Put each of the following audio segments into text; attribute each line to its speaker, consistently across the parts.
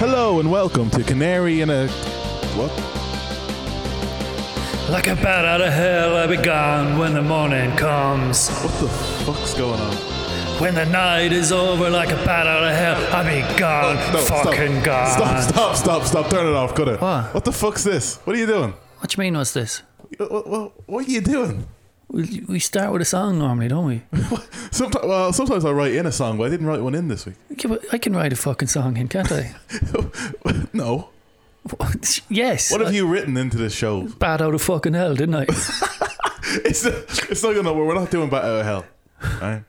Speaker 1: Hello and welcome to Canary in a. What?
Speaker 2: Like a bat out of hell, I be gone when the morning comes.
Speaker 1: What the fuck's going on?
Speaker 2: When the night is over, like a bat out of hell, I be gone, fucking
Speaker 1: stop.
Speaker 2: gone.
Speaker 1: Stop, stop, stop, stop. Turn it off. Cut it.
Speaker 2: What?
Speaker 1: What the fuck's this? What are you doing?
Speaker 2: What you mean? What's this?
Speaker 1: What, what, what are you doing?
Speaker 2: We, we start with a song normally, don't we?
Speaker 1: Sometimes, well, sometimes I write in a song, but I didn't write one in this week.
Speaker 2: Yeah, but I can write a fucking song in, can't I?
Speaker 1: no.
Speaker 2: yes.
Speaker 1: What have you written into this show?
Speaker 2: Bat out of fucking hell, didn't I?
Speaker 1: It's it's not gonna. We're not doing Battle of Hell. All right.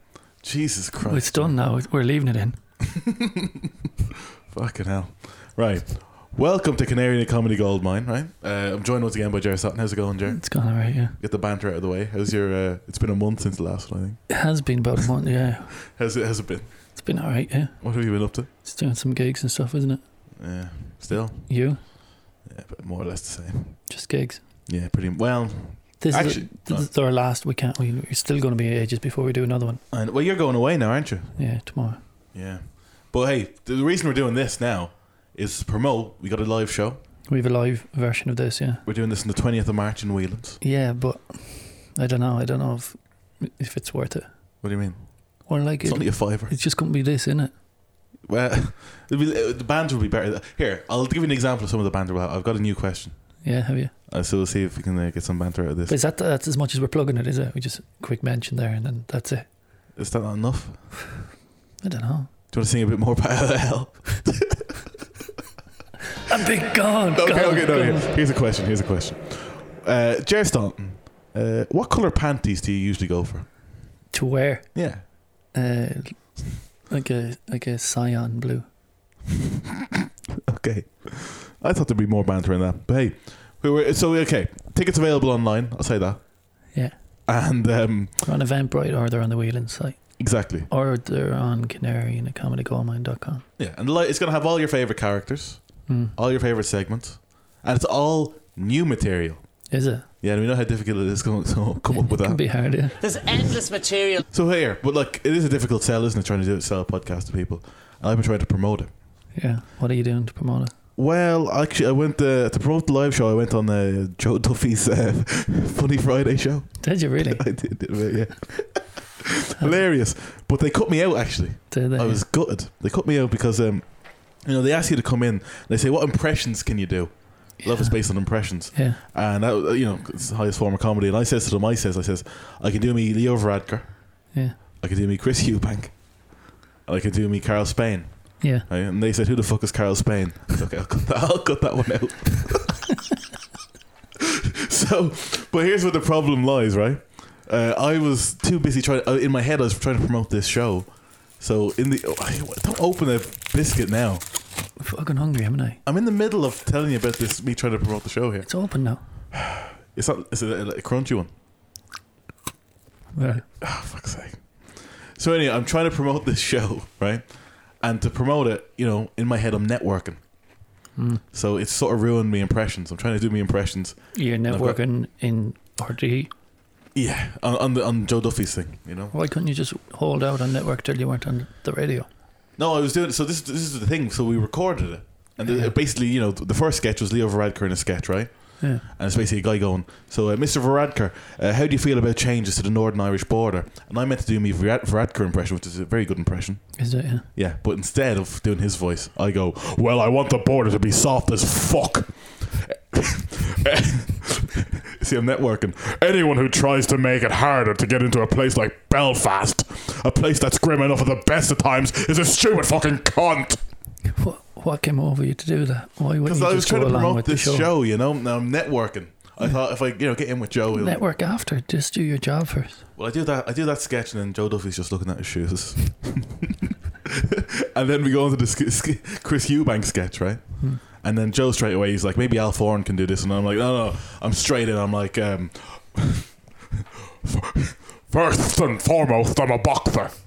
Speaker 1: Jesus Christ.
Speaker 2: it's done now. We're leaving it in.
Speaker 1: Fucking hell. Right. Welcome to Canary in a Comedy Gold Mine. Right. Uh, I'm joined once again by Jerry Sutton. How's it going, Jerry?
Speaker 2: It's gone alright, yeah.
Speaker 1: Get the banter out of the way. How's your? Uh, it's been a month since the last one. I think.
Speaker 2: It has been about a month, yeah.
Speaker 1: How's it? How's it been?
Speaker 2: It's been alright, yeah.
Speaker 1: What have you been up to?
Speaker 2: It's doing some gigs and stuff, isn't it?
Speaker 1: Yeah. Still.
Speaker 2: You?
Speaker 1: Yeah, but more or less the same.
Speaker 2: Just gigs.
Speaker 1: Yeah. Pretty well.
Speaker 2: This
Speaker 1: Actually,
Speaker 2: is, this is our last. We can't. We, we're still going to be ages before we do another one.
Speaker 1: And well, you're going away now, aren't you?
Speaker 2: Yeah, tomorrow.
Speaker 1: Yeah. But hey, the reason we're doing this now is to promote. We got a live show.
Speaker 2: We have a live version of this. Yeah.
Speaker 1: We're doing this on the 20th of March in Wheelands.
Speaker 2: Yeah, but I don't know. I don't know if if it's worth it.
Speaker 1: What do you mean?
Speaker 2: Or like
Speaker 1: It's
Speaker 2: it,
Speaker 1: only a fiver.
Speaker 2: it's just going to be this, isn't it?
Speaker 1: Well, it'd be, uh, the banter would be better. Here, I'll give you an example of some of the banter. we'll have. I've got a new question,
Speaker 2: Yeah, have you?
Speaker 1: uh, so we'll see if we can uh, get some banter out of
Speaker 2: But
Speaker 1: this.
Speaker 2: is that that's as much as we're plugging it? Is it? We just quick mention there, and then that's it.
Speaker 1: Is that not enough? Do
Speaker 2: I don't know.
Speaker 1: you want to sing a bit more about hell?
Speaker 2: I'm big gone.
Speaker 1: okay,
Speaker 2: gone,
Speaker 1: okay, no.
Speaker 2: gone.
Speaker 1: Here, here's a question. Here's a question. Uh, Jer Staunton, uh, what color panties do you usually go for?
Speaker 2: To wear
Speaker 1: Yeah,
Speaker 2: uh, like a like a cyan blue.
Speaker 1: Okay. I thought there'd be more banter in that. But hey, we were so okay. Tickets available online. I'll say that.
Speaker 2: Yeah,
Speaker 1: And um,
Speaker 2: they're on Eventbrite or they're on the Wheeland site
Speaker 1: exactly.
Speaker 2: or they're on Canary and comedygoldmine.com.
Speaker 1: Yeah, and like, it's gonna have all your favorite characters,
Speaker 2: Mm.
Speaker 1: all your favorite segments, and it's all new material.
Speaker 2: Is it?
Speaker 1: Yeah, and we know how difficult it is to to come up with
Speaker 2: it can
Speaker 1: that.
Speaker 2: be hard. Yeah.
Speaker 3: There's endless material.
Speaker 1: So here, but like, it is a difficult sell, isn't it? Trying to do sell a podcast to people, and I've been trying to promote it.
Speaker 2: Yeah. What are you doing to promote it?
Speaker 1: Well, actually, I went uh, to promote the live show. I went on uh, Joe Duffy's uh, Funny Friday show.
Speaker 2: Did you really?
Speaker 1: I did, did a bit, yeah. Hilarious. But they cut me out actually.
Speaker 2: Did they?
Speaker 1: I was gutted. They cut me out because um, you know, they ask you to come in. and They say, "What impressions can you do?" Love is based on impressions,
Speaker 2: Yeah.
Speaker 1: and that, you know it's the highest form of comedy. And I says to them, "I says, I says, I can do me Leo Varadkar,
Speaker 2: Yeah.
Speaker 1: I can do me Chris Eubank, and I can do me Carl Spain."
Speaker 2: Yeah.
Speaker 1: Right? And they said, "Who the fuck is Carl Spain?" I said, okay, I'll cut that, I'll cut that one out. so, but here's where the problem lies, right? Uh, I was too busy trying. Uh, in my head, I was trying to promote this show. So in the oh, don't open a biscuit now.
Speaker 2: I'm fucking hungry, haven't I?
Speaker 1: I'm in the middle of telling you about this. Me trying to promote the show here.
Speaker 2: It's open now.
Speaker 1: It's not. It's a, a crunchy one.
Speaker 2: Right.
Speaker 1: Oh, fuck's sake. So anyway, I'm trying to promote this show, right? And to promote it, you know, in my head, I'm networking.
Speaker 2: Hmm.
Speaker 1: So it's sort of ruined me impressions. I'm trying to do me impressions.
Speaker 2: You're
Speaker 1: I've got-
Speaker 2: networking in RTE.
Speaker 1: Yeah, on, on the on Joe Duffy's thing, you know.
Speaker 2: Why couldn't you just hold out and network till you weren't on the radio?
Speaker 1: No, I was doing so. This this is the thing. So we recorded it, and the, basically, you know, the first sketch was Leo Varadkar in a sketch, right?
Speaker 2: Yeah.
Speaker 1: And it's basically a guy going, "So, uh, Mr. Varadkar, uh, how do you feel about changes to the Northern Irish border?" And I meant to do me Varad- Varadkar impression, which is a very good impression.
Speaker 2: Is it? Yeah.
Speaker 1: Yeah, but instead of doing his voice, I go, Well, I want the border to be soft as fuck. See, I'm networking. Anyone who tries to make it harder to get into a place like Belfast, a place that's grim enough at the best of times, is a stupid fucking cunt.
Speaker 2: What What came over you to do that? Why wouldn't
Speaker 1: Because
Speaker 2: you
Speaker 1: I was
Speaker 2: just go
Speaker 1: trying to
Speaker 2: along
Speaker 1: promote
Speaker 2: with the
Speaker 1: this
Speaker 2: show?
Speaker 1: show. you know? Now I'm networking. I thought if I, you know, get in with Joe, he'll-
Speaker 2: Network after. Just do your job first.
Speaker 1: Well, I do that. I do that sketch, and then Joe Duffy's just looking at his shoes. and then we go on to the sk- sk- Chris Eubank sketch, right? And then Joe straight away he's like, maybe Al Foran can do this, and I'm like, no, no, I'm straight in. I'm like, um, first and foremost, I'm a boxer.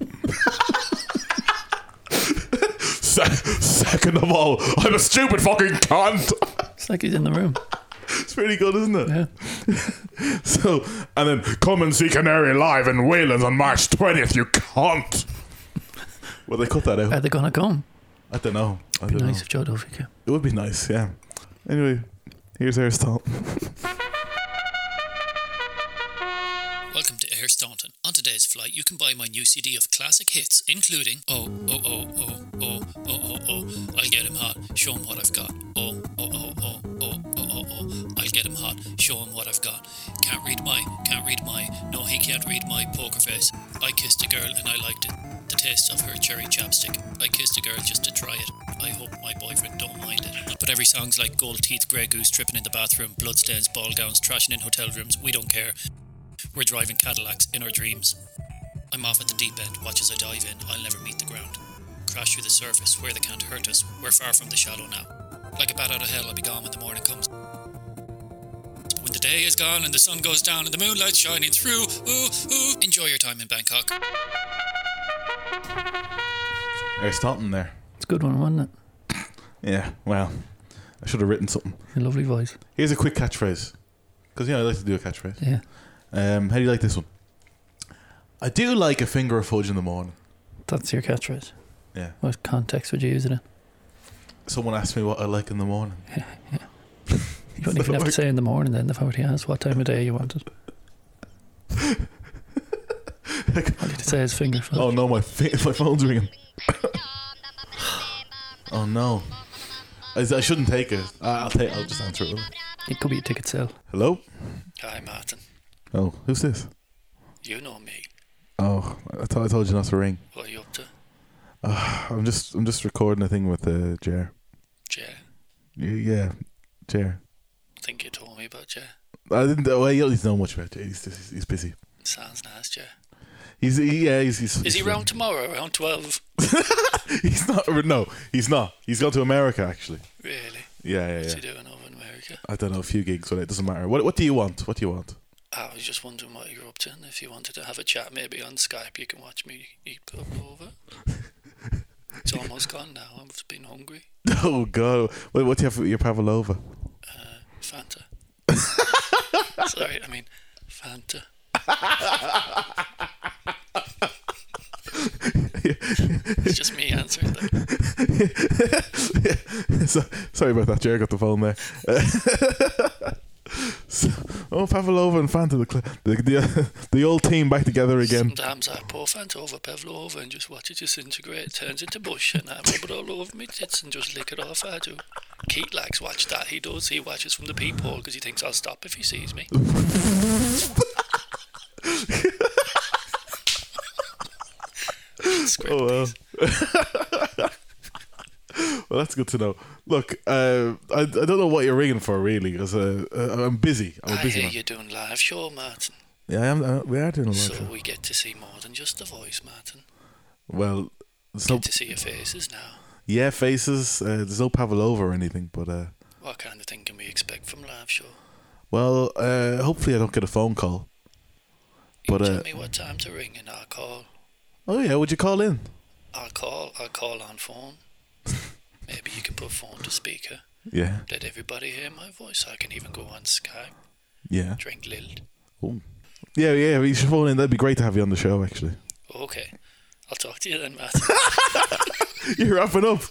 Speaker 1: Se- second of all, I'm a stupid fucking cunt.
Speaker 2: It's like he's in the room.
Speaker 1: it's pretty good, isn't it?
Speaker 2: Yeah.
Speaker 1: So, and then come and see Canary live in Waylands on March 20th, you can't. Well, they cut that out.
Speaker 2: Are they gonna come?
Speaker 1: I don't know. I
Speaker 2: Be
Speaker 1: don't
Speaker 2: nice
Speaker 1: know.
Speaker 2: if Joe Duffy came.
Speaker 1: It would be nice, yeah. Anyway, here's our stop.
Speaker 2: Welcome to Air Staunton. On today's flight, you can buy my new CD of classic hits, including Oh, oh, oh, oh, oh, oh, oh, oh, I'll get him hot, show him what I've got. Oh, oh, oh, oh, oh, oh, oh, oh, I'll get him hot, show him what I've got. Can't read my, can't read my, no, he can't read my poker face. I kissed a girl and I liked it. The taste of her cherry chapstick. I kissed a girl just to try it. I hope my boyfriend don't mind it. But every song's like gold teeth, grey goose, tripping in the bathroom, bloodstains, ball gowns, trashing in hotel rooms. We don't care. We're driving Cadillacs in our dreams. I'm off at the deep end, watch as I dive in, I'll never meet the ground. Crash through the surface, where they can't hurt us, we're far from the shadow now. Like a bat out of hell, I'll be gone when the morning comes. When the day is gone and the sun goes down and the moonlight's shining through, ooh, ooh, enjoy your time in Bangkok.
Speaker 1: Our stopping there.
Speaker 2: It's a good one, wasn't it?
Speaker 1: Yeah, well, I should have written something.
Speaker 2: A lovely voice.
Speaker 1: Here's a quick catchphrase. Because, you know, I like to do a catchphrase.
Speaker 2: Yeah.
Speaker 1: Um, how do you like this one? I do like a finger of fudge in the morning.
Speaker 2: That's your catchphrase.
Speaker 1: Yeah.
Speaker 2: What context would you use it in?
Speaker 1: Someone asked me what I like in the morning.
Speaker 2: You don't even have to say in the morning then, they've already asked what time of day you wanted. All you to say is finger
Speaker 1: Oh no, my fi- my phone's ringing. oh no, I, I shouldn't take it. I- I'll take. I'll just answer it. will I?
Speaker 2: It could be a ticket sale.
Speaker 1: Hello.
Speaker 2: Hi, Martin.
Speaker 1: Oh, who's this?
Speaker 2: You know me.
Speaker 1: Oh, I thought I told you not to ring.
Speaker 2: What are you up to?
Speaker 1: I'm just I'm just recording a thing with uh, Jer.
Speaker 2: Yeah.
Speaker 1: Y- Yeah, Jer.
Speaker 2: think you told me about yeah.
Speaker 1: I didn't. Well, you don't need to know much about Jer. He's, he's, he's busy.
Speaker 2: Sounds nice, yeah.
Speaker 1: He's he- yeah. He's, he's
Speaker 2: Is he
Speaker 1: he's-
Speaker 2: round tomorrow, around 12?
Speaker 1: He's not. No, he's not. He's gone to America actually.
Speaker 2: Really?
Speaker 1: Yeah, yeah,
Speaker 2: What's
Speaker 1: yeah.
Speaker 2: he doing over in America?
Speaker 1: I don't know. A few gigs, but it doesn't matter. What What do you want? What do you want?
Speaker 2: I was just wondering what you're up to, and if you wanted to have a chat, maybe on Skype, you can watch me eat up over. it's almost gone now. I've been hungry.
Speaker 1: Oh God! What, what do you have for your Pavlova?
Speaker 2: Fanta. Sorry, I mean, Fanta. it's just me answering that.
Speaker 1: so, sorry about that. Jerry got the phone there. so, oh, Pavlova and Fanta, the, cl- the the the old team back together again.
Speaker 2: Sometimes I pour Fanta over Pavlova and just watch it disintegrate. It turns into bush, and I rub it all over my tits and just lick it off. I do. Keat likes watch that. He does. He watches from the peephole because he thinks I'll stop if he sees me. Script
Speaker 1: Oh well.
Speaker 2: these.
Speaker 1: well, that's good to know. Look, uh, I I don't know what you're ringing for really, because uh, uh, I'm busy. I'm a
Speaker 2: I
Speaker 1: busy
Speaker 2: hear
Speaker 1: man.
Speaker 2: you're doing live show, Martin.
Speaker 1: Yeah, I am. Uh, we are doing a live
Speaker 2: So
Speaker 1: show.
Speaker 2: we get to see more than just the voice, Martin.
Speaker 1: Well, there's no
Speaker 2: Get to see your faces now.
Speaker 1: yeah faces. Uh, there's no Pavlova or anything, but. Uh,
Speaker 2: What kind of thing can we expect from live show?
Speaker 1: Well, uh, hopefully I don't get a phone call.
Speaker 2: You
Speaker 1: But uh,
Speaker 2: tell me what time to ring and I'll call.
Speaker 1: oh yeah, would you call in?
Speaker 2: I'll call. I'll call on phone. Maybe you can put phone to speaker.
Speaker 1: Yeah,
Speaker 2: Let everybody hear my voice. I can even go on Skype.
Speaker 1: yeah,
Speaker 2: Drink Lil.
Speaker 1: Ooh. yeah, yeah. You should phone in. That'd be great to have you on the show. Actually,
Speaker 2: Okay. I'll talk to you then, Matt.
Speaker 1: you're wrapping up.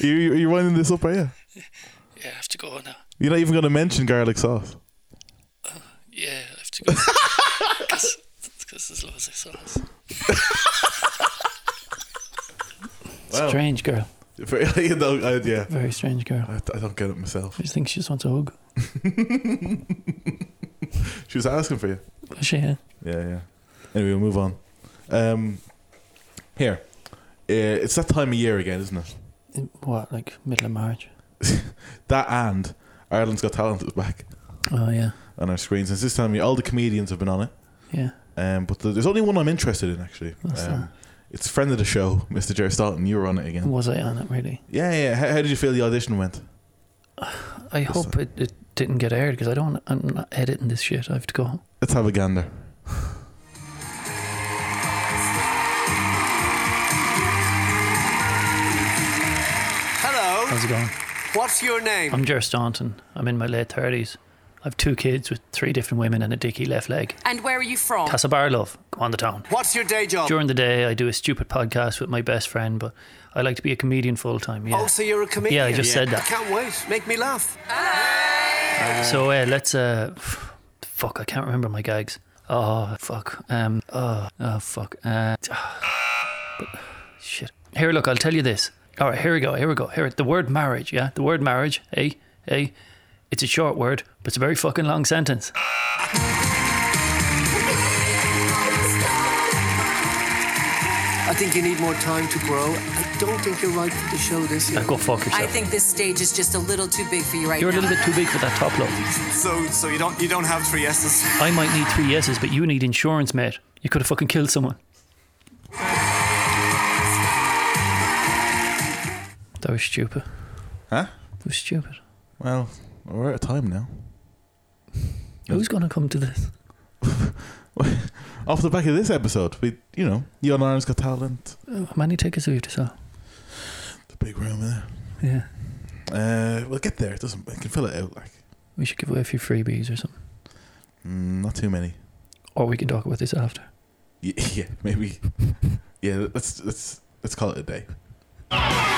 Speaker 1: You you- you're winding this up, are you?
Speaker 2: yeah, I have to go now.
Speaker 1: You're not even going to mention garlic sauce.
Speaker 2: Yeah, I have to go. Because there's loads of sauce.
Speaker 1: Wow.
Speaker 2: Strange girl.
Speaker 1: you know, I, yeah,
Speaker 2: Very strange girl.
Speaker 1: I, I don't get it myself.
Speaker 2: I just think she just wants a hug.
Speaker 1: She was asking for you.
Speaker 2: She, yeah.
Speaker 1: Yeah, yeah. Anyway, we'll move on. Um, here, uh, it's that time of year again, isn't it?
Speaker 2: What, like middle of March?
Speaker 1: That and Ireland's Got Talent is back.
Speaker 2: Oh, yeah.
Speaker 1: on our screens. Since this time, all the comedians have been on it.
Speaker 2: Yeah.
Speaker 1: Um, but the, there's only one I'm interested in actually.
Speaker 2: What's
Speaker 1: Um,
Speaker 2: that?
Speaker 1: it's friend of the show, Mr. Jerry Staunton. You were on it again.
Speaker 3: Was I on it really?
Speaker 1: Yeah, yeah. How, how did you feel the audition went?
Speaker 3: I hope it, it didn't get aired because I don't. I'm not editing this shit. I have to go.
Speaker 1: Let's have a gander.
Speaker 4: Hello,
Speaker 3: How's it going?
Speaker 4: what's your name?
Speaker 3: I'm Jer Staunton. I'm in my late thirties. I've two kids with three different women and a dicky left leg.
Speaker 4: And where are you from?
Speaker 3: Casabar love, go on the town.
Speaker 5: What's your day job?
Speaker 3: During the day, I do a stupid podcast with my best friend, but I like to be a comedian full time. Yeah.
Speaker 5: Oh, so you're a comedian?
Speaker 3: Yeah, I just said
Speaker 5: I
Speaker 3: that.
Speaker 5: can't wait. Make me laugh.
Speaker 3: So uh, let's. Uh, f- fuck, I can't remember my gags. Oh fuck. Um. Oh. Oh fuck. Uh. but- shit. Here, look. I'll tell you this. All right. Here we go. Here we go. Here. The word marriage. Yeah. The word marriage. Eh. Eh. It's a short word, but it's a very fucking long sentence.
Speaker 5: I think you need more time to grow. I don't think you're right to show this.
Speaker 3: Now go fuck
Speaker 4: I
Speaker 3: yourself.
Speaker 4: think this stage is just a little too big for you right
Speaker 3: You're a
Speaker 4: now.
Speaker 3: little bit too big for that top load.
Speaker 6: So, so you don't you don't have three S's.
Speaker 3: I might need three yeses, but you need insurance, mate. You could have fucking killed someone. That was stupid.
Speaker 1: Huh?
Speaker 3: That was stupid.
Speaker 1: Well, we're out of time now.
Speaker 3: Who's going to come to this?
Speaker 1: Off the back of this episode, we, you know, you and Ireland's Got Talent,
Speaker 3: How Oh, many tickets have you to sell?
Speaker 1: the big room there.
Speaker 3: Yeah.
Speaker 1: Uh, we'll get there. It doesn't. I can fill it out. Like
Speaker 3: We should give away a few freebies or something.
Speaker 1: mm, not too many.
Speaker 3: Or we can talk about this after.
Speaker 1: Yeah, yeah maybe. Yeah, let's let's let's call it a day.